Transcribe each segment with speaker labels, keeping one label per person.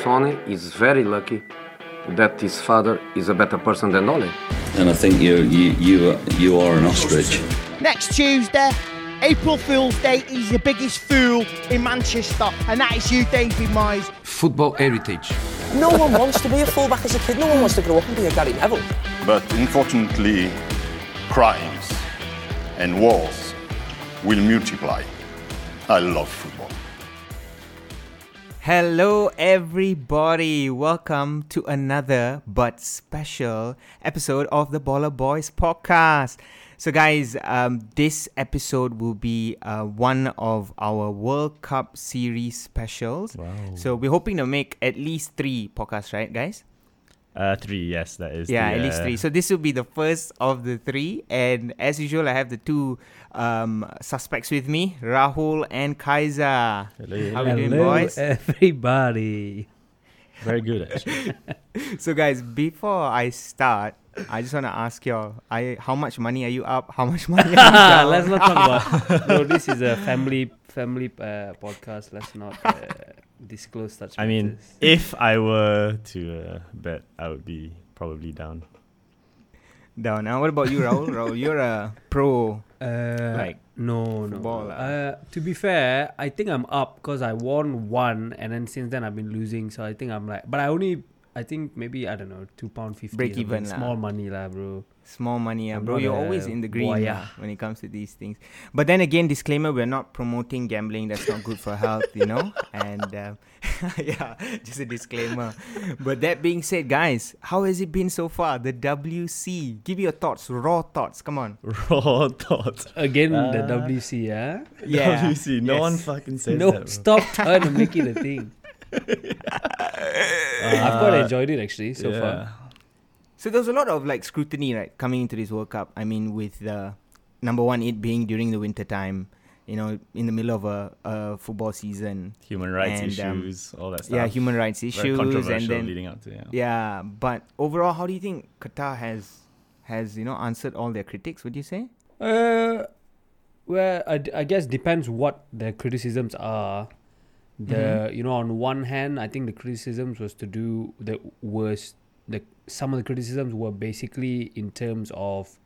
Speaker 1: Sony is very lucky that his father is a better person than Ole.
Speaker 2: And I think you you you you are an ostrich.
Speaker 3: Next Tuesday, April Fool's Day, he's the biggest fool in Manchester, and that is you, David Moyes.
Speaker 1: Football heritage.
Speaker 4: No one wants to be a fullback as a kid. No one wants to grow up and be a Gary Neville.
Speaker 5: But unfortunately, crimes and wars will multiply. I love football.
Speaker 6: Hello, everybody. Welcome to another but special episode of the Baller Boys podcast. So, guys, um, this episode will be uh, one of our World Cup series specials. Wow. So, we're hoping to make at least three podcasts, right, guys?
Speaker 7: Uh, three, yes, that is.
Speaker 6: Yeah,
Speaker 7: the,
Speaker 6: at least
Speaker 7: uh,
Speaker 6: three. So this will be the first of the three, and as usual, I have the two um, suspects with me, Rahul and Kaiser.
Speaker 7: uh,
Speaker 6: Hello. How we doing,
Speaker 8: Hello,
Speaker 6: boys?
Speaker 8: everybody.
Speaker 7: Very good, actually.
Speaker 6: So, guys, before I start, I just want to ask y'all, I how much money are you up? How much money? Are you
Speaker 8: Ah,
Speaker 6: down?
Speaker 8: let's not talk about. No, this is a family family uh, podcast. Let's not uh, disclose such.
Speaker 7: I mean,
Speaker 8: matters.
Speaker 7: if I were to uh, bet, I would be probably down.
Speaker 6: down. Now, what about you, Rahul? Rahul, you're a pro.
Speaker 8: uh,
Speaker 6: like,
Speaker 8: no, no.
Speaker 6: football,
Speaker 8: no.
Speaker 6: ah.
Speaker 8: Uh, to be fair, I think I'm up because I won one, and then since then I've been losing. So I think I'm like, but I only, I think maybe I don't know, two pound fifty.
Speaker 6: Break
Speaker 8: or something.
Speaker 6: even lah.
Speaker 8: Small money lah, bro.
Speaker 6: Small money, yeah,
Speaker 8: I'm
Speaker 6: bro.
Speaker 8: not
Speaker 6: You're
Speaker 8: a
Speaker 6: always in the green
Speaker 8: boy,
Speaker 6: yeah,
Speaker 8: ah.
Speaker 6: when it comes to these things. But then again, disclaimer: we're not promoting gambling. That's not good for health, you know. And um, yeah, just a disclaimer. But that being said, guys, how has it been so far? The WC. Give your thoughts, raw thoughts. Come on.
Speaker 7: Raw thoughts.
Speaker 8: Again, the
Speaker 7: Ah.
Speaker 8: WC, yeah.
Speaker 6: Yeah.
Speaker 7: WC. No
Speaker 6: Yes.
Speaker 7: one fucking says
Speaker 8: No,
Speaker 7: that. Bro.
Speaker 8: stop trying to make it a thing. I've
Speaker 6: Ah.
Speaker 8: quite enjoyed it actually so
Speaker 7: yeah.
Speaker 8: far.
Speaker 6: So there was a lot of like scrutiny, right, coming into this World Cup. I mean, with the number one, it being during the winter time, you know, in the middle of a, a football season.
Speaker 7: Human rights
Speaker 6: And, um,
Speaker 7: issues, all that stuff.
Speaker 6: Yeah, human rights
Speaker 7: Very
Speaker 6: issues, and
Speaker 7: controversial
Speaker 6: then
Speaker 7: leading up to yeah.
Speaker 6: yeah. But overall, how do you think Qatar has has you know answered all their critics? Would you say?
Speaker 8: Uh, well, I, d- I guess depends what the criticisms are. The
Speaker 6: Mm-hmm.
Speaker 8: you know on one hand, I think the criticisms was to do the was the some of the criticisms were basically in terms of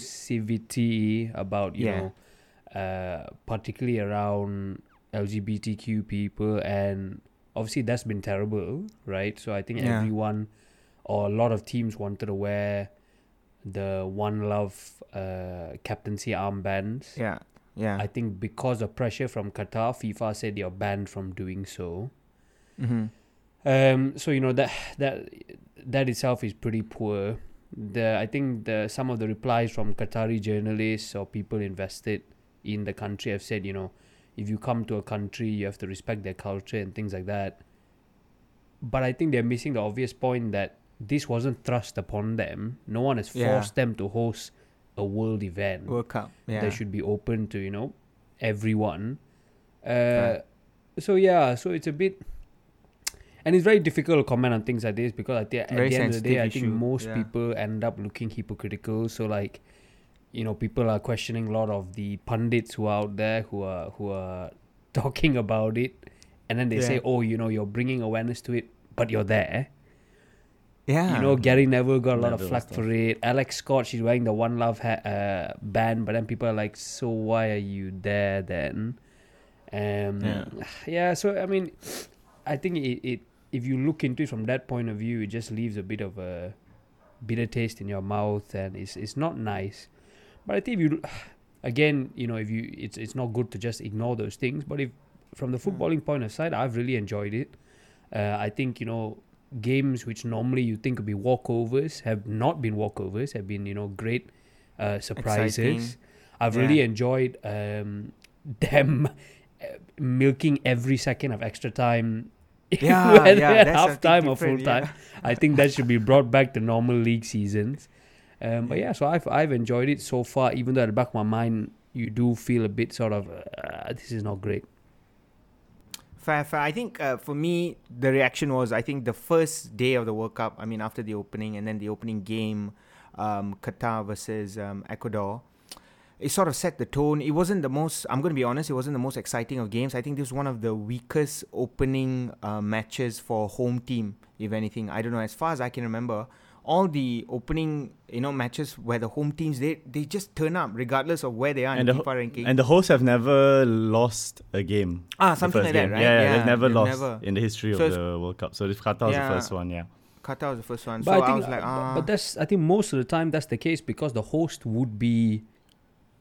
Speaker 8: inclusivity about you
Speaker 6: Yeah.
Speaker 8: know uh particularly around LGBTQ people and obviously that's been terrible, right? So I think
Speaker 6: Yeah.
Speaker 8: everyone or a lot of teams wanted to wear the one love uh, captaincy armbands.
Speaker 6: Yeah, yeah,
Speaker 8: I think because of pressure from Qatar, FIFA said you're banned from doing so.
Speaker 6: mm-hmm.
Speaker 8: Um, so you know that that that itself is pretty poor. The I think the some of the replies from Qatari journalists or people invested in the country have said you know if you come to a country you have to respect their culture and things like that. But I think they're missing the obvious point that this wasn't thrust upon them. No one has
Speaker 6: Yeah.
Speaker 8: forced them to host a world event
Speaker 6: World Cup. Yeah,
Speaker 8: they should be open to you know everyone uh,
Speaker 6: Correct.
Speaker 8: so yeah so it's a bit and it's very difficult to comment on things like this because I think at
Speaker 6: Very
Speaker 8: the end of the day
Speaker 6: sensitive
Speaker 8: I think
Speaker 6: issue,
Speaker 8: most
Speaker 6: yeah.
Speaker 8: people end up looking hypocritical so like you know people are questioning a lot of the pundits who are out there who are who are talking about it and then they
Speaker 6: Yeah.
Speaker 8: say oh you know you're bringing awareness to it but you're there
Speaker 6: yeah,
Speaker 8: you know, Gary Neville got a lot of
Speaker 7: Neville
Speaker 8: flack
Speaker 7: stuff.
Speaker 8: for it. Alex Scott, she's wearing the One Love ha- uh, band, but then people are like, "So why are you there then?" Um, yeah.
Speaker 7: Yeah.
Speaker 8: So I mean, I think it, it if you look into it from that point of view, it just leaves a bit of a bitter taste in your mouth, and it's it's not nice. But I think if you again, you know, if you it's it's not good to just ignore those things. But if from the
Speaker 6: Hmm.
Speaker 8: footballing point of sight, I've really enjoyed it. Uh, I think you know games which normally you think would be walkovers have not been walkovers. Have been you know great uh, surprises.
Speaker 6: Exciting.
Speaker 8: I've
Speaker 6: Yeah.
Speaker 8: really enjoyed um, them uh, milking every second of extra time.
Speaker 6: Yeah,
Speaker 8: whether
Speaker 6: yeah,
Speaker 8: at
Speaker 6: that's
Speaker 8: half time
Speaker 6: something
Speaker 8: or full
Speaker 6: different, yeah.
Speaker 8: time. I think that should be brought back to normal league seasons. Um, but yeah, so I've I've enjoyed it so far. Even though at the back of my mind, you do feel a bit sort of uh, this is not great.
Speaker 6: Fair, fair. I think uh, for me, the reaction was I think the first day of the World Cup. I mean, after the opening and then the opening game, um, Qatar versus um, Ecuador. it sort of set the tone. It wasn't the most. I'm going to be honest. It wasn't the most exciting of games. I think this was one of the weakest opening uh, matches for home team, if anything. I don't know. As far as I can remember, all the opening you know matches where the home teams they they just turn up regardless of where they are
Speaker 7: and
Speaker 6: in
Speaker 7: the, ho-
Speaker 6: FIFA ranking.
Speaker 7: and the hosts have never lost a game.
Speaker 6: Ah,
Speaker 7: the
Speaker 6: something
Speaker 7: first
Speaker 6: like that,
Speaker 7: game.
Speaker 6: right?
Speaker 7: Yeah, yeah,
Speaker 6: Yeah,
Speaker 7: they've never
Speaker 6: they've
Speaker 7: lost
Speaker 6: never-
Speaker 7: in the history
Speaker 6: So
Speaker 7: of
Speaker 6: it's-
Speaker 7: the World Cup. So if Qatar was
Speaker 6: Yeah.
Speaker 7: the first one, yeah.
Speaker 6: Qatar was the first one,
Speaker 8: But
Speaker 6: so
Speaker 8: I
Speaker 6: I,
Speaker 8: think,
Speaker 6: was like,
Speaker 8: but-
Speaker 6: ah,
Speaker 8: but that's I think most of the time that's the case because the host would be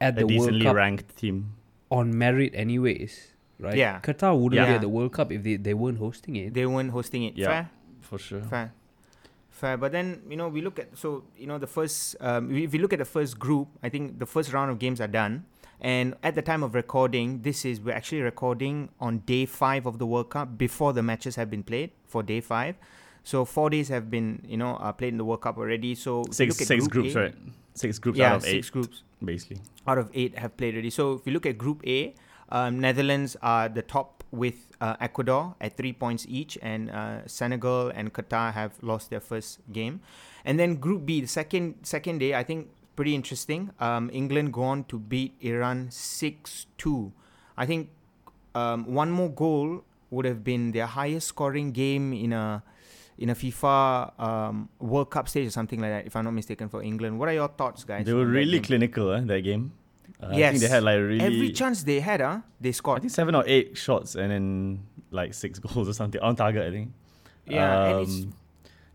Speaker 8: at
Speaker 7: A
Speaker 8: the World
Speaker 7: decently
Speaker 8: Cup
Speaker 7: ranked team.
Speaker 8: on merit, anyways, right?
Speaker 6: Yeah.
Speaker 8: Qatar wouldn't be
Speaker 6: Yeah.
Speaker 8: at the World Cup if they, they weren't hosting it.
Speaker 6: they weren't hosting it.
Speaker 7: Yeah.
Speaker 6: Fair?
Speaker 7: For sure.
Speaker 6: Fair. Fair. But then, you know, we look at, so, you know, the first, um, if you look at the first group, I think the first round of games are done. And at the time of recording, this is, we're actually recording on day five of the World Cup before the matches have been played for day five. So four days have been, you know, uh, played in the World Cup already. So if you
Speaker 7: Six
Speaker 6: look at
Speaker 7: six
Speaker 6: Group
Speaker 7: groups,
Speaker 6: A-
Speaker 7: right? Six groups
Speaker 6: Yeah,
Speaker 7: out of
Speaker 6: six
Speaker 7: eight,
Speaker 6: groups
Speaker 7: basically.
Speaker 6: out of eight have played already. So if you look at Group A, um, Netherlands are the top with uh, Ecuador at three points each, and uh, Senegal and Qatar have lost their first game. And then Group B, the second second day, I think pretty interesting. Um, England go on to beat Iran six two. I think um, one more goal would have been their highest scoring game in a in a FIFA um, World Cup stage or something like that, if I'm not mistaken, for England. What are your thoughts, guys?
Speaker 7: They were
Speaker 6: on that
Speaker 7: really
Speaker 6: game?
Speaker 7: clinical, eh, that game. Uh, I think they
Speaker 6: Yes.
Speaker 7: had like really
Speaker 6: Every chance they had, uh, they
Speaker 7: I
Speaker 6: scored.
Speaker 7: think seven or eight shots and then like six goals or something on target. I think. Um,
Speaker 6: Yeah, and it's-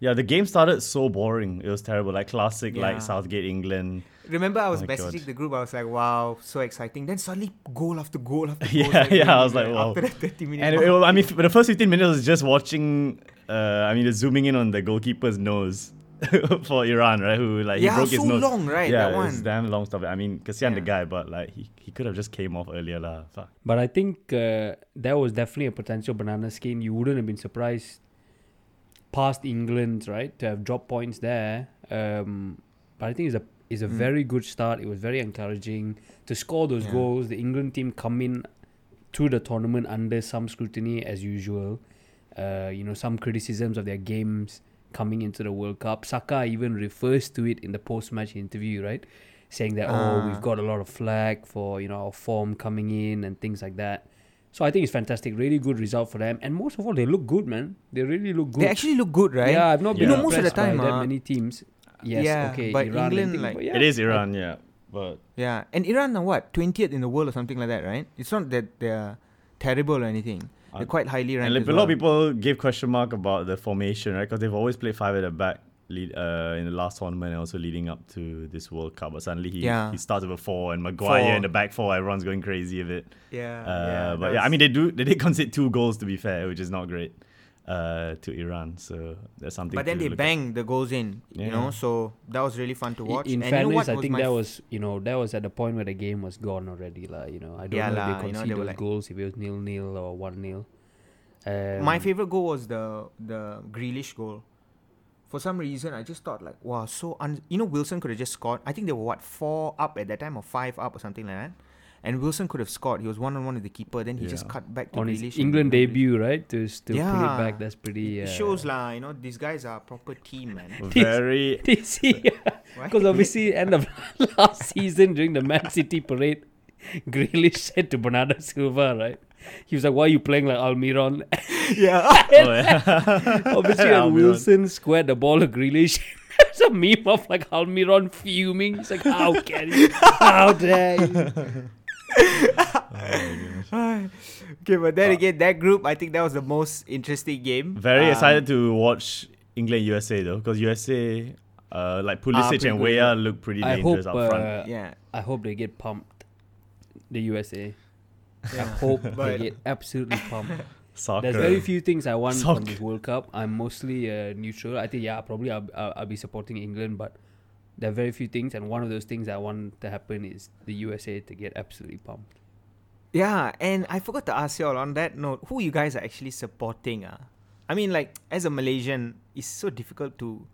Speaker 7: yeah. The game started so boring. It was terrible. Like classic,
Speaker 6: Yeah.
Speaker 7: like Southgate England.
Speaker 6: Remember, I was
Speaker 7: oh my
Speaker 6: messaging
Speaker 7: God.
Speaker 6: the group. I was like, "Wow, so exciting!" Then suddenly, goal after goal after goal.
Speaker 7: yeah,
Speaker 6: started
Speaker 7: yeah. I
Speaker 6: going
Speaker 7: was
Speaker 6: in,
Speaker 7: like,
Speaker 6: right?
Speaker 7: wow.
Speaker 6: After that thirty minutes,
Speaker 7: and it, it was- I mean, f- the first fifteen minutes was just watching. Uh, I mean, just zooming in on the goalkeeper's nose. for Iran, right? Who like
Speaker 6: Yeah,
Speaker 7: he broke his
Speaker 6: so
Speaker 7: nose.
Speaker 6: long, right,
Speaker 7: Yeah,
Speaker 6: that
Speaker 7: it's
Speaker 6: one.
Speaker 7: damn long stuff. I mean, Kasian the
Speaker 6: Yeah.
Speaker 7: guy, but like he, he could have just came off earlier lah. Fuck.
Speaker 8: But I think uh, there was definitely a potential banana skin. You wouldn't have been surprised past England, right, to have dropped points there. Um, but I think it's a it's a very good start. It was very encouraging to score those
Speaker 6: Hmm. Yeah.
Speaker 8: goals. The England team come in to the tournament under some scrutiny as usual. Uh, you know, some criticisms of their games coming into the World Cup. Saka even refers to it in the post-match interview, right? Saying that oh,
Speaker 6: Ah.
Speaker 8: we've got a lot of flack for you know our form coming in and things like that. So I think it's fantastic, really good result for them, and most of all, they look good, man. They really look good.
Speaker 6: they actually look good, right?
Speaker 8: Yeah, I've not been
Speaker 7: You know,
Speaker 8: most of the time. By that
Speaker 6: uh,
Speaker 8: many teams. Yes,
Speaker 6: yeah,
Speaker 8: okay.
Speaker 6: but
Speaker 8: Iran and
Speaker 6: England,
Speaker 8: things,
Speaker 6: like-
Speaker 8: but yeah.
Speaker 7: It is Iran, yeah. But
Speaker 6: yeah. And Iran are what twentieth in the world or something like that, right? It's not that they're terrible or anything. They're quite highly ranked.
Speaker 7: Uh, And like,
Speaker 6: as
Speaker 7: a lot of
Speaker 6: well.
Speaker 7: people gave question mark about the formation, right? Because they've always played five at the back lead, uh, in the last tournament and also leading up to this World Cup. But suddenly he,
Speaker 6: Yeah.
Speaker 7: he starts with a four and Maguire
Speaker 6: Four.
Speaker 7: in the back four. Everyone's going crazy with it.
Speaker 6: Yeah,
Speaker 7: Uh,
Speaker 6: yeah,
Speaker 7: but
Speaker 6: that
Speaker 7: yeah, I
Speaker 6: was-
Speaker 7: mean they do they did concede two goals to be fair, which is not great uh, to Iran. So that's something.
Speaker 6: But then
Speaker 7: to
Speaker 6: they
Speaker 7: look at.
Speaker 6: bang the goals in, you know.
Speaker 7: Yeah.
Speaker 6: So that was really fun to
Speaker 8: I-
Speaker 6: watch.
Speaker 8: In
Speaker 6: and you know
Speaker 8: fairness,
Speaker 6: what
Speaker 8: I think
Speaker 6: my
Speaker 8: that
Speaker 6: f-
Speaker 8: was you know that was at the point where the game was gone already, like You know, I don't
Speaker 6: Yeah
Speaker 8: know
Speaker 6: lah,
Speaker 8: if
Speaker 6: you
Speaker 8: they
Speaker 6: know,
Speaker 8: conceded
Speaker 6: they were
Speaker 8: those
Speaker 6: like-
Speaker 8: goals if it was nil nil or Um, one nil.
Speaker 6: My favorite goal was the the Grealish goal. For some reason, I just thought like, wow, so un- you know Wilson could have just scored. I think they were what four up at that time or five up or something like that, and Wilson could have scored. He was one on one with the keeper. Then he just
Speaker 7: Yeah.
Speaker 6: cut back to
Speaker 8: on his
Speaker 6: Grealish. and
Speaker 8: England
Speaker 6: Grealish-
Speaker 8: debut, right? To still put it
Speaker 6: Yeah.
Speaker 8: back, that's pretty. Uh,
Speaker 6: It shows lah, you know these guys are a proper team, man.
Speaker 7: Very
Speaker 8: TC,
Speaker 6: Why?
Speaker 8: because obviously end of last season during the Man City parade, Grealish said to Bernardo Silva, right? He was like, "Why are you playing like Almiron?"
Speaker 6: yeah,
Speaker 7: oh, yeah.
Speaker 8: Obviously, and
Speaker 7: Almiron.
Speaker 8: Wilson squared the ball to Grealish. There's a meme of like Almiron fuming. He's like, "How can you? How dare you?"
Speaker 6: okay, but
Speaker 8: Uh,
Speaker 6: then again, that group, I think that was the most interesting game.
Speaker 7: Very
Speaker 6: Um,
Speaker 7: excited to watch England USA though, because USA uh, like Pulisic
Speaker 6: Ah, pretty
Speaker 7: and
Speaker 6: good,
Speaker 7: Weah
Speaker 6: yeah.
Speaker 7: look pretty
Speaker 8: I
Speaker 7: dangerous
Speaker 8: hope.
Speaker 7: up front.
Speaker 8: Uh,
Speaker 6: Yeah,
Speaker 8: I hope they get pumped. The USA. I
Speaker 6: yeah.
Speaker 8: hope they
Speaker 6: But-
Speaker 8: get absolutely pumped.
Speaker 7: Soccer.
Speaker 8: There's very few things I want
Speaker 7: Soccer.
Speaker 8: from this World Cup. I'm mostly uh, neutral. I think yeah, probably I'll, I'll, I'll be supporting England, but there are very few things, and one of those things I want to happen is the USA to get absolutely pumped.
Speaker 6: Yeah, and I forgot to ask y'all on that note, who you guys are actually supporting? Ah, I mean, like as a Malaysian, it's so difficult to,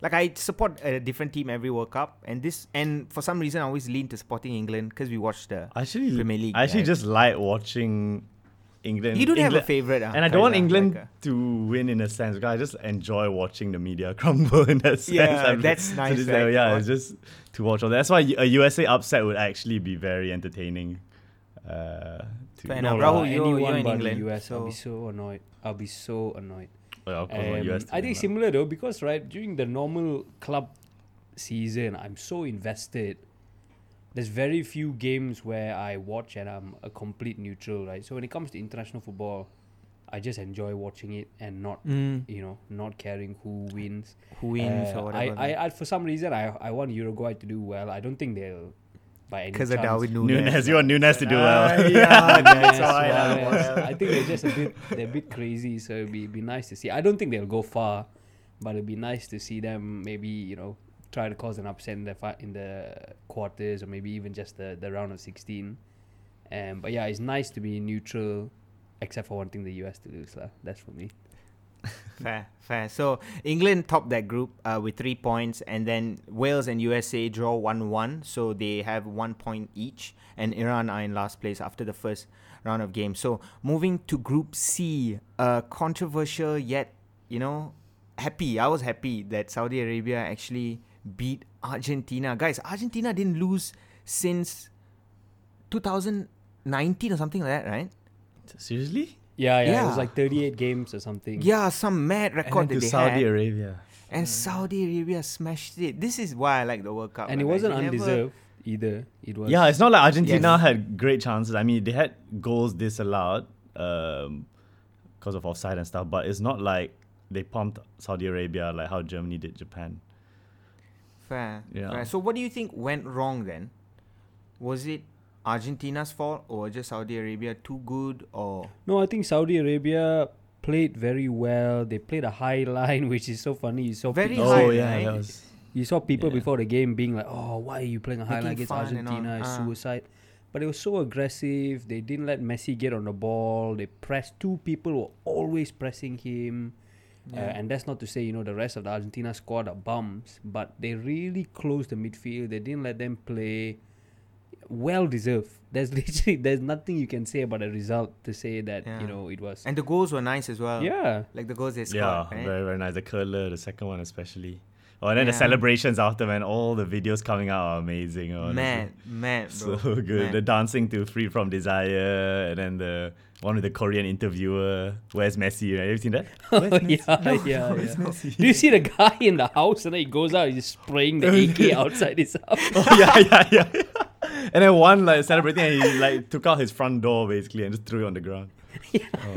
Speaker 6: like, I support a different team every World Cup, and this, and for some reason, I always lean to supporting England because we watch the
Speaker 7: I actually,
Speaker 6: Premier League.
Speaker 7: I actually
Speaker 6: right?
Speaker 7: just like watching England.
Speaker 6: You don't have a
Speaker 7: England-
Speaker 6: favorite, ah,
Speaker 7: and I don't want
Speaker 6: Kaiser,
Speaker 7: England
Speaker 6: like a-
Speaker 7: to win in a sense because I just enjoy watching the media crumble in that sense.
Speaker 6: Yeah,
Speaker 7: I'm-
Speaker 6: that's
Speaker 7: to
Speaker 6: nice,
Speaker 7: this
Speaker 6: right?
Speaker 7: level, yeah,
Speaker 6: Or-
Speaker 7: it's just to watch all that. That's why a USA upset would actually be very entertaining. Uh, to,
Speaker 6: Fair
Speaker 7: no,
Speaker 6: enough.
Speaker 7: lah.
Speaker 6: Rahul, you-
Speaker 8: Anyone
Speaker 6: you're in
Speaker 8: but
Speaker 6: England,
Speaker 8: the US, I'll be
Speaker 6: so-
Speaker 8: so annoyed. I'll be so annoyed.
Speaker 7: Oh, yeah, of course, not
Speaker 8: Um,
Speaker 7: US
Speaker 8: I
Speaker 7: team,
Speaker 8: think
Speaker 7: lah.
Speaker 8: similar though, because right during the normal club season, I'm so invested. There's very few games where I watch and I'm a complete neutral, right? So when it comes to international football, I just enjoy watching it and not, you know, not caring who wins.
Speaker 6: Mm. Who wins
Speaker 8: Uh,
Speaker 6: or
Speaker 8: I,
Speaker 6: whatever.
Speaker 8: I, I, for some reason, I, I want Uruguay to do well. I don't think they'll, by any
Speaker 6: Because of
Speaker 8: chance-
Speaker 6: Darwin Nunes.
Speaker 7: Nunes, you want Nunes to do well.
Speaker 6: Ah, yeah, that's
Speaker 8: Yes,
Speaker 6: why.
Speaker 8: well,
Speaker 6: lah.
Speaker 8: yes. I think they're just a bit they're a bit crazy, so it'd be, be nice to see. I don't think they'll go far, but it'd be nice to see them maybe you know try to cause an upset in the fi- in the quarters or maybe even just the, the round of sixteen. Um, but yeah, it's nice to be neutral, except for wanting the US to lose lah. That's for me.
Speaker 6: Fair, fair. So England topped that group uh, with three points, and then Wales and USA draw one-one, so they have one point each. And Iran are in last place after the first round of games. So moving to Group C, uh, controversial yet you know happy. I was happy that Saudi Arabia actually beat Argentina. Guys, Argentina didn't lose since 2019 or something like that, right?
Speaker 7: Seriously?
Speaker 8: Yeah, yeah, it
Speaker 6: Yeah.
Speaker 8: was like thirty eight games or something.
Speaker 6: Yeah, some mad record
Speaker 7: Mm. And
Speaker 6: that
Speaker 7: to
Speaker 6: they
Speaker 7: Saudi
Speaker 6: had.
Speaker 7: Arabia.
Speaker 6: And Saudi Arabia smashed it. This is why I like the World Cup.
Speaker 8: and it
Speaker 6: like,
Speaker 8: wasn't
Speaker 6: they never-
Speaker 8: undeserved either. It was
Speaker 7: Yeah, it's not like Argentina
Speaker 6: Yes.
Speaker 7: had great chances. I mean, they had goals disallowed um, because of offside and stuff, but it's not like they pumped Saudi Arabia like how Germany did Japan.
Speaker 6: Fair.
Speaker 7: Yeah.
Speaker 6: fair. So what do you think went wrong then? Was it Argentina's fault or just Saudi Arabia too good or
Speaker 8: No, I think Saudi Arabia played very well. They played a high line, which is so funny. You saw
Speaker 6: Very
Speaker 8: people,
Speaker 6: high.
Speaker 7: Oh
Speaker 6: Right,
Speaker 7: yeah, that
Speaker 6: right?
Speaker 7: was
Speaker 8: you saw people before the game being like, "Oh, why are you playing a high line
Speaker 6: Making
Speaker 8: against
Speaker 6: fun and all.
Speaker 8: Argentina? It's
Speaker 6: Ah.
Speaker 8: suicide." But it was so aggressive. They didn't let Messi get on the ball. They pressed. Two people were always pressing him. Uh, and that's not to say, you know, the rest of the Argentina squad are bums, but they really closed the midfield. They didn't let them play well deserved. There's literally there's nothing you can say about the result to say that,
Speaker 6: Yeah.
Speaker 8: you know, it was
Speaker 6: and the goals were nice as well.
Speaker 8: Yeah.
Speaker 6: Like the goals they
Speaker 7: yeah,
Speaker 6: scored. right?
Speaker 7: very very nice. The curler, the second one especially. Oh, and then
Speaker 6: Yeah.
Speaker 7: the celebrations after man, all the videos coming out are amazing. honestly.
Speaker 6: Mad, mad,
Speaker 7: so
Speaker 6: bro.
Speaker 7: good. The dancing to "Free from Desire" and then the one with the Korean interviewer. Where's Messi? Right? Have you seen that? Where's
Speaker 8: yeah, yeah, yeah. Do you see the guy in the house and then he goes out, he's spraying the AK outside his house?
Speaker 7: oh, yeah, yeah, yeah. And then one like celebrating, and he like took out his front door basically and just threw it on the ground.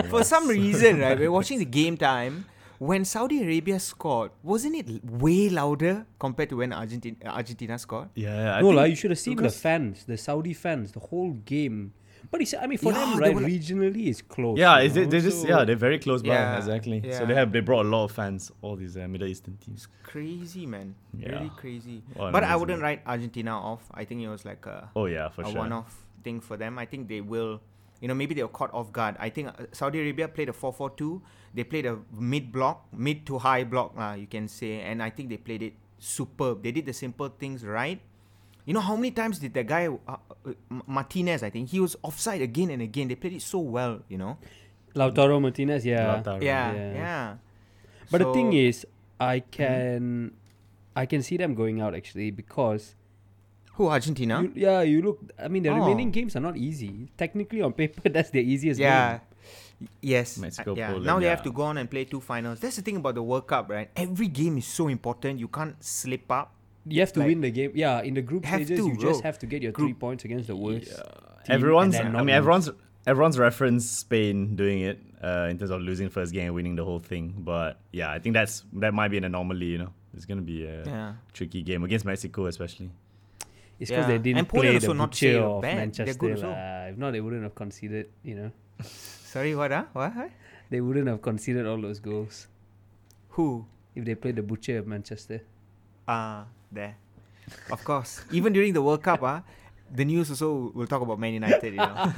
Speaker 6: For some reason, right, we're watching the game time. When Saudi Arabia scored, wasn't it l- way louder compared to when Argentina Argentina scored?
Speaker 7: Yeah, I
Speaker 8: no,
Speaker 7: think-
Speaker 8: lah. you should have seen the
Speaker 7: because-
Speaker 8: fans, the Saudi fans, the whole game. But it's, I mean, for
Speaker 6: Yeah,
Speaker 8: them,
Speaker 6: they
Speaker 8: right,
Speaker 6: were like-
Speaker 8: regionally, it's close.
Speaker 7: Yeah,
Speaker 8: you
Speaker 7: is it,
Speaker 8: know?
Speaker 7: they just
Speaker 8: So-
Speaker 7: yeah they're very close by
Speaker 6: Yeah,
Speaker 7: exactly. So
Speaker 6: yeah.
Speaker 7: they have they brought a lot of fans. All these uh, Middle Eastern teams.
Speaker 6: Crazy man,
Speaker 7: Yeah.
Speaker 6: really crazy.
Speaker 7: What an
Speaker 6: but I
Speaker 7: amazing
Speaker 6: wouldn't
Speaker 7: game.
Speaker 6: write Argentina off. I think it was like a
Speaker 7: Oh yeah, for
Speaker 6: a
Speaker 7: sure.
Speaker 6: one-off thing for them. I think they will, you know, maybe they were caught off guard. I think uh, Saudi Arabia played a 4-4-2. They played a mid block, mid to high block, uh, you can say. And I think they played it superb. They did the simple things right. You know how many times did that guy uh, uh, M- Martinez? I think he was offside again and again. They played it so well, you know.
Speaker 8: Lautaro Martinez, yeah.
Speaker 7: Lautaro.
Speaker 6: Yeah, yeah.
Speaker 8: Yeah. But the thing
Speaker 6: So-
Speaker 8: is, I can, I can see them going out actually because
Speaker 6: who Argentina?
Speaker 8: you, yeah, you look. I mean, the
Speaker 6: Oh.
Speaker 8: remaining games are not easy. Technically, on paper, that's the easiest.
Speaker 6: Yeah.
Speaker 8: game.
Speaker 6: Y- Yes. uh,
Speaker 7: Mexico,
Speaker 6: yeah.
Speaker 7: Poland,
Speaker 6: now they have
Speaker 7: yeah.
Speaker 6: to go on and play two finals. That's the thing about the World Cup, right? Every game is so important. You can't slip up.
Speaker 8: You have to
Speaker 6: Like-
Speaker 8: win the game. Yeah, in the group
Speaker 6: Have
Speaker 8: stages,
Speaker 6: to,
Speaker 8: you
Speaker 6: bro.
Speaker 8: just have to get your
Speaker 6: Group-
Speaker 8: three points against the worst. team
Speaker 7: Everyone's
Speaker 8: and
Speaker 7: I
Speaker 8: then
Speaker 7: mean
Speaker 8: not lose.
Speaker 7: everyone's everyone's referenced Spain doing it uh, in terms of losing first game and winning the whole thing. But yeah, I think that's that might be an anomaly. You know, it's gonna be a
Speaker 6: Yeah.
Speaker 7: tricky game against Mexico especially.
Speaker 8: It's because
Speaker 6: Yeah.
Speaker 8: they didn't
Speaker 6: And Poland
Speaker 8: play
Speaker 6: also
Speaker 8: the
Speaker 6: not
Speaker 8: butcher
Speaker 6: fail
Speaker 8: of
Speaker 6: bad. They're
Speaker 8: Manchester.
Speaker 6: good also.
Speaker 8: lah. If not, they wouldn't have conceded. You know,
Speaker 6: Sorry, what? Huh? What? huh?
Speaker 8: they wouldn't have conceded all those goals
Speaker 6: Who?
Speaker 8: if they played the butcher of Manchester.
Speaker 6: Ah, there. Of course. Even during the World Cup, ah, the news also will talk about Man United, you know.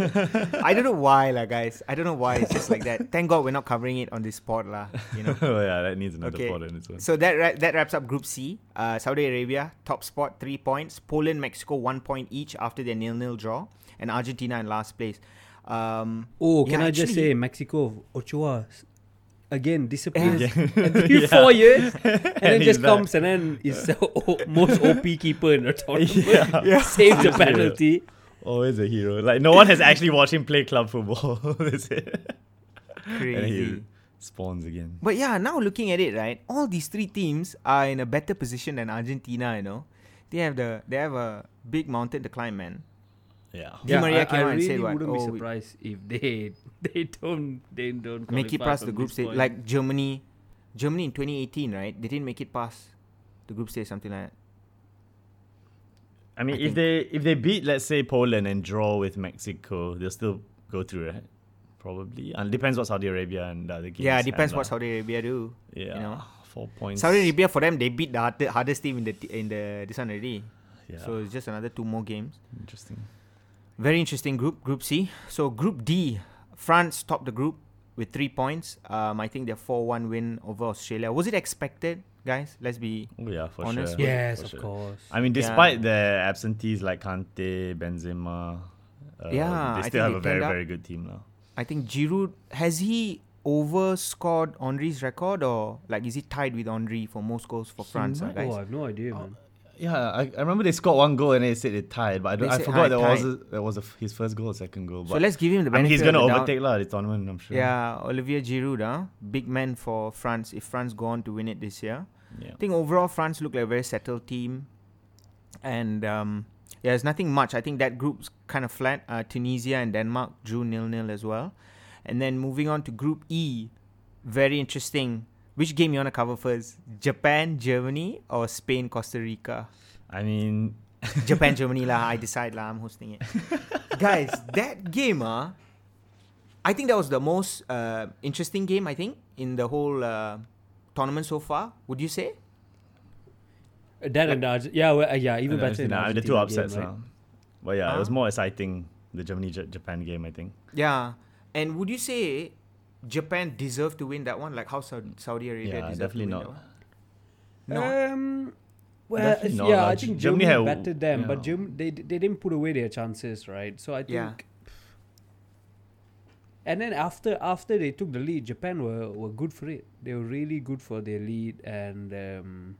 Speaker 6: I don't know why, lah, guys. I don't know why it's just like that. Thank God we're not covering it on this spot, lah, you know.
Speaker 7: oh yeah, that needs another
Speaker 6: Okay.
Speaker 7: pod in its own.
Speaker 6: So that ra- that wraps up Group C. Uh, Saudi Arabia top spot three points. Poland, Mexico one point each after their nil nil draw, and Argentina in last place. Um,
Speaker 8: Oh,
Speaker 6: Yeah,
Speaker 8: can I just
Speaker 6: actually-
Speaker 8: say Mexico Ochoa s- again disappears every four years, and then
Speaker 7: he's
Speaker 8: just
Speaker 7: back.
Speaker 8: comes and then is the o- most OP keeper in the tournament.
Speaker 7: Yeah.
Speaker 8: Saves the penalty.
Speaker 7: Always a hero. Like no one has actually watched him play club football. That's it. And
Speaker 6: crazy.
Speaker 7: he spawns again.
Speaker 6: But yeah, now looking at it, right, all these three teams are in a better position than Argentina. You know, they have the they have a big mountain to climb, man.
Speaker 7: Yeah.
Speaker 6: Di Maria
Speaker 8: I,
Speaker 6: came
Speaker 8: I
Speaker 6: out and
Speaker 8: really
Speaker 6: said what?
Speaker 8: wouldn't
Speaker 6: Oh,
Speaker 8: be
Speaker 6: we-
Speaker 8: surprised if they they don't they don't
Speaker 6: make it
Speaker 8: qualify
Speaker 6: past the
Speaker 8: from
Speaker 6: group
Speaker 8: this
Speaker 6: stage,
Speaker 8: point.
Speaker 6: like Germany. Germany in 2018, right? They didn't make it past the group stage, something like that.
Speaker 7: I mean,
Speaker 6: I
Speaker 7: if
Speaker 6: think-
Speaker 7: they if they beat let's say Poland and draw with Mexico, they'll still go through, right? Probably. And depends what Saudi Arabia and uh, the other games.
Speaker 6: yeah, depends
Speaker 7: handle.
Speaker 6: what Saudi Arabia do.
Speaker 7: Yeah.
Speaker 6: you know.
Speaker 7: Four points.
Speaker 6: Saudi Arabia for them, they beat the hard, hardest team in the t- in the this one already.
Speaker 7: Yeah.
Speaker 6: So it's just another two more games.
Speaker 7: interesting.
Speaker 6: Very interesting group, Group C. So Group D, France topped the group with three points. Um, I think their four-one win over Australia was it expected, guys? Let's be
Speaker 7: Oh yeah, for
Speaker 6: Honest
Speaker 7: sure.
Speaker 6: with-
Speaker 8: yes,
Speaker 7: For
Speaker 8: of
Speaker 7: sure.
Speaker 8: course.
Speaker 7: I mean,
Speaker 6: Yeah.
Speaker 7: despite their absentees like Kante, Benzema, uh,
Speaker 6: Yeah, I
Speaker 7: they
Speaker 6: think
Speaker 7: still have
Speaker 6: they
Speaker 7: a very
Speaker 6: turned up.
Speaker 7: very good team now.
Speaker 6: I think Giroud has he overscored Henri's record or like is he tied with Henri for most goals for France, uh,
Speaker 8: oh,
Speaker 6: guys?
Speaker 8: I have no idea, man.
Speaker 7: Yeah, I, I remember they scored one goal and they said they tied, but I, don't,
Speaker 6: They
Speaker 7: I
Speaker 6: said,
Speaker 7: forgot
Speaker 6: "Hi,
Speaker 7: there was a,
Speaker 6: tied."
Speaker 7: there was a, his first goal, second goal. But
Speaker 6: So let's give him the
Speaker 7: I mean,
Speaker 6: benefit.
Speaker 7: he's gonna
Speaker 6: of the doubt.
Speaker 7: overtake lah. the tournament, I'm sure.
Speaker 6: Yeah, Olivier Giroud, huh? big man for France. If France go on to win it this year,
Speaker 7: yeah.
Speaker 6: I think overall France look like a very settled team, and um, yeah, there's nothing much. I think that group's kind of flat. Uh, Tunisia and Denmark drew nil nil as well, and then moving on to Group E, very interesting. Which game you wanna cover first? Japan, Germany, or Spain, Costa Rica?
Speaker 7: I mean,
Speaker 6: Japan, Germany lah. I decide lah. I'm hosting it. Guys, that game ah, I think that was the most uh, interesting game I think in the whole uh, tournament so far. Would you say?
Speaker 8: Uh, That and the Arge- yeah, well, uh, yeah,
Speaker 7: and
Speaker 8: even better. than
Speaker 7: Argentina, I mean, the two
Speaker 8: Argentina
Speaker 7: upsets
Speaker 8: game,
Speaker 7: now. But yeah, it was
Speaker 6: Huh?
Speaker 7: more exciting the Germany Ja- Japan game, I think.
Speaker 6: Yeah. And would you say Japan deserved to win that one? Like how Saudi, Saudi Arabia
Speaker 7: Yeah,
Speaker 6: deserved
Speaker 7: definitely
Speaker 6: to win
Speaker 7: not.
Speaker 6: that one? No.
Speaker 8: Right? Um, well,
Speaker 7: Definitely
Speaker 8: it's-
Speaker 7: not
Speaker 8: yeah,
Speaker 7: lah.
Speaker 8: I think
Speaker 7: Germany
Speaker 8: Germany,
Speaker 7: had-
Speaker 8: battered them,
Speaker 7: yeah.
Speaker 8: but Germ- they they didn't put away their chances, right? So I think.
Speaker 6: Yeah.
Speaker 8: And then after after they took the lead, Japan were, were good for it. They were really good for their lead, and um,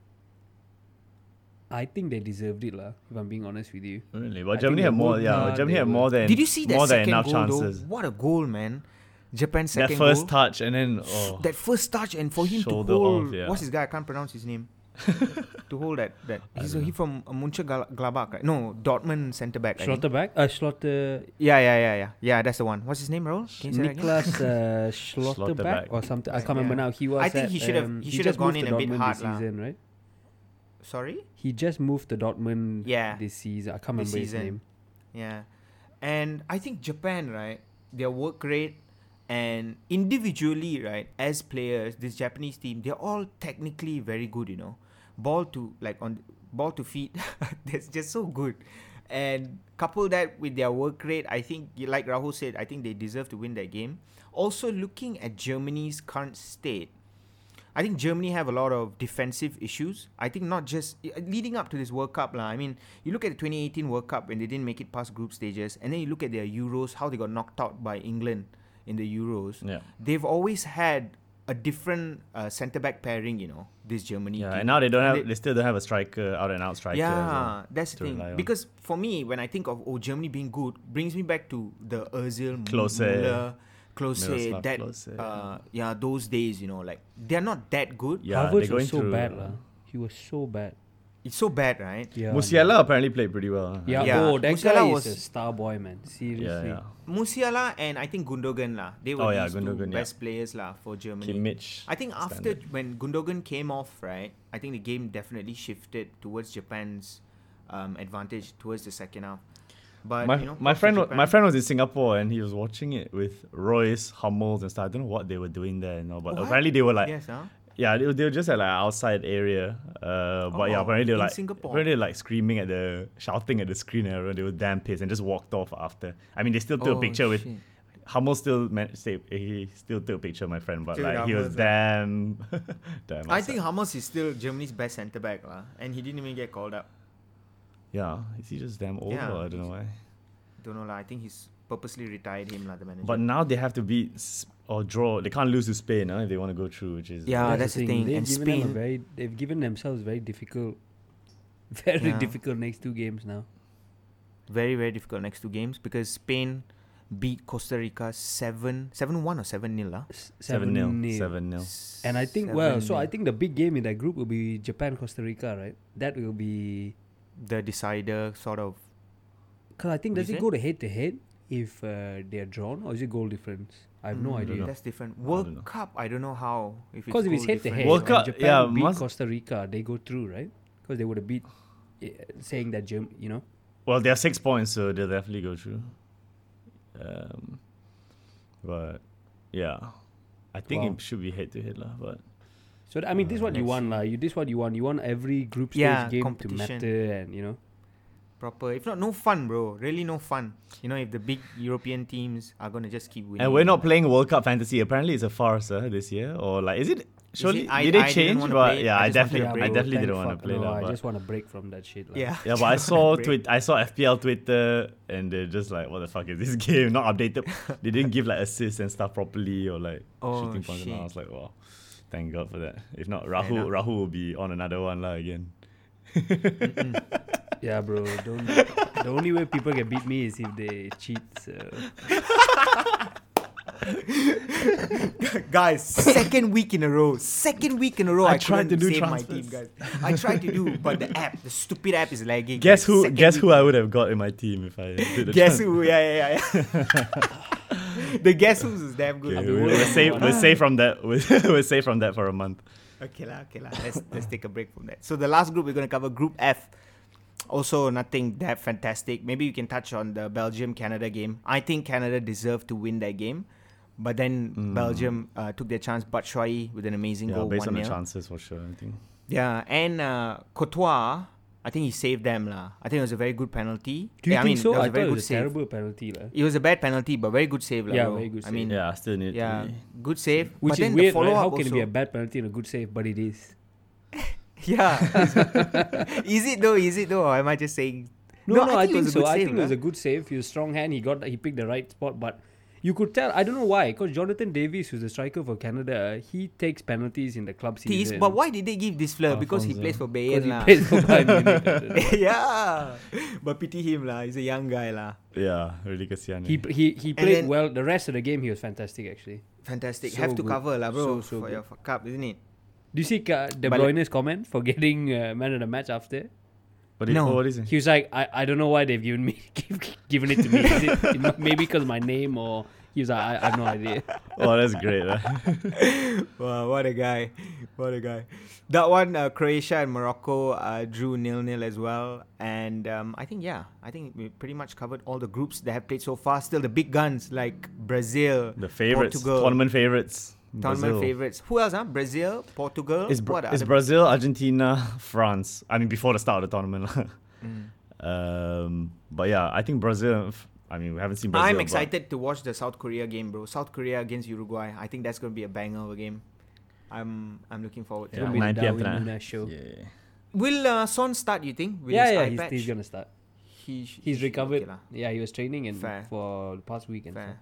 Speaker 8: I think they deserved it, lah. If I'm being honest with you.
Speaker 7: Really, but
Speaker 8: I
Speaker 7: Germany
Speaker 8: think
Speaker 7: had
Speaker 8: they
Speaker 7: more.
Speaker 8: would
Speaker 7: Yeah,
Speaker 8: not,
Speaker 7: Germany
Speaker 8: they
Speaker 7: had
Speaker 8: would.
Speaker 7: more than
Speaker 6: Did you see that
Speaker 7: Eh, more than
Speaker 6: second
Speaker 7: enough
Speaker 6: goal
Speaker 7: chances.
Speaker 6: though? What a goal, man. Japan's
Speaker 7: That
Speaker 6: second
Speaker 7: first
Speaker 6: goal.
Speaker 7: touch and then oh,
Speaker 6: that first touch and for him
Speaker 7: Shoulder
Speaker 6: to hold
Speaker 7: off, yeah.
Speaker 6: what's his guy? I can't pronounce his name. to hold that that he's a, he from uh, Mönchengladbach, right? No, Dortmund centre back. I think.
Speaker 8: Schlotterbeck, uh, Schlotter,
Speaker 6: Yeah, yeah, yeah, yeah, yeah. That's the one. What's his name, Raul? Can you say that again?
Speaker 8: Niklas uh, Schlotterbeck
Speaker 7: Schlotterbeck.
Speaker 8: or something. I can't remember
Speaker 6: Yeah.
Speaker 8: now. He was.
Speaker 6: I think
Speaker 8: at,
Speaker 6: he should have-
Speaker 8: um,
Speaker 6: he should have
Speaker 8: just
Speaker 6: gone
Speaker 8: moved
Speaker 6: in
Speaker 8: to
Speaker 6: a bit
Speaker 8: Dortmund
Speaker 6: hard,
Speaker 8: this
Speaker 6: lah.
Speaker 8: season, right?
Speaker 6: Sorry.
Speaker 8: He just moved to Dortmund
Speaker 6: Yeah.
Speaker 8: this season. I can't
Speaker 6: This
Speaker 8: remember his
Speaker 6: season.
Speaker 8: name.
Speaker 6: Yeah, and I think Japan, right? Their work rate and individually, right? As players, this Japanese team, they're all technically very good. You know, ball to like on ball to feet. they're just so good. And couple that with their work rate, I think, y- like Rahul said, I think they deserve to win that game. Also, looking at Germany's current state, I think Germany have a lot of defensive issues. I think not just i- leading up to this World Cup, lah. I mean, you look at the 2018 World Cup when they didn't make it past group stages, and then you look at their Euros, how they got knocked out by England in the Euros.
Speaker 7: Yeah.
Speaker 6: They've always had a different uh, centre back pairing, you know, this Germany.
Speaker 7: yeah,
Speaker 6: team.
Speaker 7: and now they don't
Speaker 6: And
Speaker 7: have. They still don't have a striker, out and out striker. as
Speaker 6: yeah,
Speaker 7: well
Speaker 6: that's
Speaker 7: to
Speaker 6: the
Speaker 7: rely
Speaker 6: thing.
Speaker 7: on.
Speaker 6: Because for me, when I think of oh Germany being good, brings me back to the Özil, M-
Speaker 7: Klose.
Speaker 6: Müller, Klose,
Speaker 7: Miroslav
Speaker 6: that
Speaker 7: Klose,
Speaker 6: uh, yeah, those days, you know, like they're not that good.
Speaker 7: yeah,
Speaker 8: Havertz
Speaker 7: they're going
Speaker 8: was so
Speaker 7: through. uh,
Speaker 8: bad, lah. He was so bad.
Speaker 6: It's so bad, right?
Speaker 8: Yeah.
Speaker 7: Musiala apparently played pretty well.
Speaker 8: Yeah,
Speaker 6: Yeah.
Speaker 8: oh, that
Speaker 6: Musiala
Speaker 8: guy
Speaker 6: was-
Speaker 8: is a star boy, man. Seriously.
Speaker 7: yeah, yeah.
Speaker 6: Musiala and I think Gundogan lah. They were
Speaker 7: Oh, yeah,
Speaker 6: these
Speaker 7: Gundogan,
Speaker 6: two
Speaker 7: yeah.
Speaker 6: best players lah for Germany.
Speaker 7: Kimmich.
Speaker 6: I think after
Speaker 7: standard.
Speaker 6: when Gundogan came off, right? I think the game definitely shifted towards Japan's um, advantage towards the second half. But
Speaker 7: my,
Speaker 6: you know,
Speaker 7: my
Speaker 6: props to
Speaker 7: friend wa- my
Speaker 6: Japan.
Speaker 7: friend was in Singapore and he was watching it with Royce, Hummels and stuff. I don't know what they were doing there, you know, but
Speaker 6: What?
Speaker 7: apparently they were like
Speaker 6: yes, huh?
Speaker 7: yeah, they, were- they were just at like outside area. Uh, but yeah,
Speaker 6: Oh,
Speaker 7: apparently they were
Speaker 6: in
Speaker 7: like
Speaker 6: Singapore.
Speaker 7: apparently they were, like screaming at the shouting at the screen and everyone. They were damn pissed and just walked off after. I mean, they still took a
Speaker 6: Oh,
Speaker 7: picture with
Speaker 6: shit.
Speaker 7: Hummel. Still man- say he still took a picture of my friend, but
Speaker 6: Dude,
Speaker 7: like he was
Speaker 6: Hummels,
Speaker 7: damn damn.
Speaker 6: I
Speaker 7: upset.
Speaker 6: think Hamas is still Germany's best centre back, lah, and he didn't even get called up.
Speaker 7: yeah, is he just damn old?
Speaker 6: Yeah,
Speaker 7: or I don't know why.
Speaker 6: Don't know, lah. I think he's purposely retired him, lah, the manager.
Speaker 7: But now they have to beat s- or draw. They can't lose to Spain huh, if they want to go through, which is
Speaker 6: yeah, Oh, that's, the thing.
Speaker 8: They've
Speaker 6: And
Speaker 8: given them a
Speaker 6: Spain,
Speaker 8: very, they've given themselves very difficult, very
Speaker 6: Yeah.
Speaker 8: difficult next two games now.
Speaker 6: very very difficult next two games because Spain beat Costa Rica seven seven one or seven nil ah? lah.
Speaker 8: S-
Speaker 7: 7 0.
Speaker 8: 7-0.
Speaker 7: 7 0.
Speaker 8: And I think well, so I think the big game in that group will be Japan Costa Rica, right? That will be
Speaker 6: the decider sort of
Speaker 8: because I think
Speaker 6: What do
Speaker 8: does
Speaker 6: you
Speaker 8: it
Speaker 6: say?
Speaker 8: go to head to head if uh, they are drawn or is it goal difference? I have no
Speaker 6: Mm,
Speaker 8: idea.
Speaker 6: That's different.
Speaker 7: don't know.
Speaker 6: World Cup, I don't know how. If
Speaker 8: Because if it's
Speaker 6: goal
Speaker 8: head to
Speaker 6: difference
Speaker 8: head,
Speaker 6: or-
Speaker 7: World Cup,
Speaker 8: Japan
Speaker 7: yeah,
Speaker 8: beat
Speaker 7: must-
Speaker 8: Costa Rica, they go through, right? Because they would have beat, eh, saying that Germ, you know,
Speaker 7: Well, they are six points, so they'll definitely go through. Um, but yeah, I think
Speaker 6: Wow.
Speaker 7: it should be head to head lah. But
Speaker 8: So th- I mean, this is what you
Speaker 7: Yes.
Speaker 8: want, lah. You this what you want. You want every group stage
Speaker 6: Uh, Yeah,
Speaker 8: game to
Speaker 6: competition.
Speaker 8: matter, and you know,
Speaker 6: proper. If not, no fun, bro. Really, no fun. You know, if the big European teams are gonna just keep winning.
Speaker 7: and we're not playing World Cup fantasy. Apparently, it's a farce huh, this year. Or like, is it? Surely
Speaker 6: I-
Speaker 7: did they
Speaker 6: I didn't
Speaker 7: change?
Speaker 6: wanna
Speaker 7: But
Speaker 6: play it.
Speaker 7: yeah,
Speaker 6: I
Speaker 7: I,
Speaker 6: just wanted to
Speaker 7: definitely, I
Speaker 6: break.
Speaker 7: definitely
Speaker 8: thank
Speaker 7: didn't want
Speaker 8: fuck,
Speaker 7: to play
Speaker 8: no,
Speaker 7: lah.
Speaker 8: I
Speaker 7: but-
Speaker 8: just want to break from that shit. lah.
Speaker 6: Yeah.
Speaker 7: Yeah, but I saw
Speaker 6: Break.
Speaker 7: tweet, I saw FPL Twitter, and they're just like, "What the fuck is this game? Not updated. they didn't give like assists and stuff properly, or like
Speaker 6: Oh,
Speaker 7: shooting points." And all. I
Speaker 6: shit.
Speaker 7: was like, "Wow, thank God for that. If not,
Speaker 6: enough.
Speaker 7: Rahul, Rahul will be on another one lah again."
Speaker 8: yeah, bro. Don't. the only way people can beat me is if they cheat. So.
Speaker 6: guys. Second week in a row. Second week in a row. I,
Speaker 7: I tried to
Speaker 6: couldn't
Speaker 7: do
Speaker 6: save my team, guys. I tried to do, but the app, the stupid app, is lagging.
Speaker 7: Guess
Speaker 6: guys.
Speaker 7: who?
Speaker 6: Second
Speaker 7: guess
Speaker 6: week
Speaker 7: who I would have got in my team if I did a
Speaker 6: Guess who? Yeah, yeah, yeah. yeah. the guess who's is damn good.
Speaker 7: Okay, we're, we're safe. We're safe from that. We're, we're safe from that for a month.
Speaker 6: Okay lah, okay lah. Let's let's take a break from that. So the last group we're gonna cover Group F. Also nothing that fantastic. Maybe you can touch on the Belgium Canada game. I think Canada deserved to win that game, but then
Speaker 8: Hmm.
Speaker 6: Belgium uh, took their chance. Batshuayi with an amazing
Speaker 7: Yeah,
Speaker 6: goal,
Speaker 7: based on
Speaker 6: one nil.
Speaker 7: the chances for sure. I think.
Speaker 6: Yeah, and uh, Courtois, I think he saved them lah. I think it was a very good penalty. Yeah, I mean,
Speaker 8: so?
Speaker 6: That was
Speaker 8: I
Speaker 6: a very
Speaker 8: thought it
Speaker 6: good
Speaker 8: was a
Speaker 6: save.
Speaker 8: terrible penalty, lah.
Speaker 6: It was a bad penalty, but very good save, lah,
Speaker 8: Yeah,
Speaker 6: bro.
Speaker 8: very
Speaker 6: I
Speaker 8: good save.
Speaker 6: mean,
Speaker 7: Yeah, I still need.
Speaker 6: yeah,
Speaker 7: To be-
Speaker 6: good save.
Speaker 8: Which
Speaker 6: but
Speaker 8: is
Speaker 6: then
Speaker 8: weird,
Speaker 6: the
Speaker 8: right?
Speaker 6: follow
Speaker 8: How
Speaker 6: up
Speaker 8: can it
Speaker 6: also,
Speaker 8: be a bad penalty and a good save? But it is.
Speaker 6: Yeah. is it though? Is it though? Or am I just saying?
Speaker 8: No, no, I, think, so.
Speaker 6: good
Speaker 8: I
Speaker 6: save, lah.
Speaker 8: think it was
Speaker 6: huh?
Speaker 8: a good save. He was strong hand. He got he picked the right spot, but you could tell. I don't know why, because Jonathan Davies, who's the striker for Canada, he takes penalties in the club
Speaker 6: Tease,
Speaker 8: season.
Speaker 6: but why did they give this flare? Because he
Speaker 7: Alfonso.
Speaker 6: plays for
Speaker 8: uh,
Speaker 6: Bayern
Speaker 8: Because he
Speaker 6: lah.
Speaker 8: plays for Bayern Munich, I don't know.
Speaker 6: yeah, but pity him lah. He's a young guy lah.
Speaker 7: yeah, really kasihan.
Speaker 8: He
Speaker 7: eh.
Speaker 8: he he played
Speaker 6: then-
Speaker 8: well. The rest of the game, he was fantastic actually.
Speaker 6: Fantastic.
Speaker 8: So
Speaker 6: Have to
Speaker 8: good.
Speaker 6: cover lah, bro,
Speaker 8: So, so
Speaker 6: for
Speaker 8: good.
Speaker 6: your f- cup, isn't it?
Speaker 8: Do you see Ka- De
Speaker 6: But-
Speaker 8: Bruyne's comment for getting uh, man of the match after?
Speaker 7: But he-
Speaker 6: No.
Speaker 7: oh, what is it?
Speaker 8: He was like, I, I don't know why they've given me give, given it to me. Is it, it mu- maybe because my name or he was like, I, I have no idea.
Speaker 7: Oh, that's great. eh.
Speaker 6: Wow, what a guy, what a guy. That one, uh, Croatia and Morocco uh, drew nil nil as well, and um, I think yeah, I think we pretty much covered all the groups that have played so far. Still, the big guns like Brazil,
Speaker 7: The favorites,
Speaker 6: Portugal,
Speaker 7: tournament favorites.
Speaker 6: tournament
Speaker 7: Brazil.
Speaker 6: favorites. Who else? Huh? Brazil, Portugal.
Speaker 7: It's, Bra-
Speaker 6: what
Speaker 7: it's
Speaker 6: other-
Speaker 7: Brazil, Argentina, France. I mean, before the start of the tournament. lah.
Speaker 6: Mm.
Speaker 7: um, but yeah, I think Brazil. f- I mean, we haven't seen Brazil.
Speaker 6: I'm
Speaker 7: but-
Speaker 6: excited to watch the South Korea game, bro. South Korea against Uruguay. I think that's going to be a banger of a game. I'm I'm looking forward to
Speaker 7: Yeah,
Speaker 8: It'll
Speaker 6: that.
Speaker 7: 9
Speaker 8: be the
Speaker 7: p.m.
Speaker 8: Darwin
Speaker 7: tonight.
Speaker 8: Nunes show.
Speaker 7: Yeah.
Speaker 6: Will uh, Son start? You think? With
Speaker 8: yeah,
Speaker 6: his
Speaker 8: yeah,
Speaker 6: eye
Speaker 8: he's,
Speaker 6: patch?
Speaker 8: he's gonna start.
Speaker 6: He sh- he
Speaker 8: He's
Speaker 6: should be
Speaker 8: recovered.
Speaker 6: okay lah.
Speaker 8: yeah, he was training and
Speaker 6: Fair.
Speaker 8: for the past week and
Speaker 6: Fair.
Speaker 8: stuff.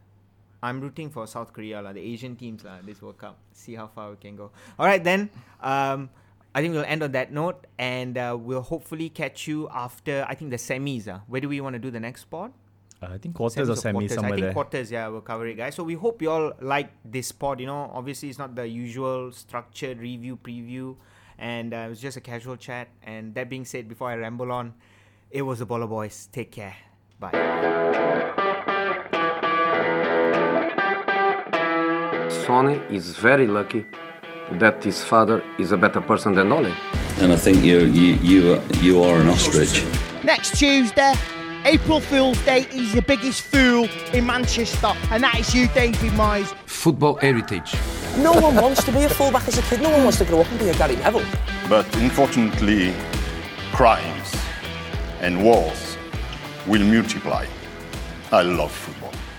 Speaker 6: I'm rooting for South Korea, la, the Asian teams, la, this World Cup. See how far we can go. All right, then. Um, I think we'll end on that note, and uh, we'll hopefully catch you after, I think, the semis. Uh. Where do we want to do the next spot?
Speaker 7: Uh, I think quarters or semis
Speaker 6: quarters. I
Speaker 7: somewhere
Speaker 6: think
Speaker 7: there.
Speaker 6: quarters, yeah, we'll cover it, guys. So we hope you all like this pod. You know, obviously it's not the usual structured review preview, and uh, it was just a casual chat. And that being said, before I ramble on, it was the Baller Boys. Take care. Bye.
Speaker 1: Sonny is very lucky that his father is a better person than Ole.
Speaker 2: And I think you you you are- you are an ostrich.
Speaker 3: Next Tuesday, April Fool's Day, he's the biggest fool in Manchester, and that is you, David Myers.
Speaker 9: Football heritage.
Speaker 4: No one wants to be a fullback as a kid. No one wants to grow up and be a Gary Neville.
Speaker 5: But unfortunately, crimes and wars will multiply. I love football.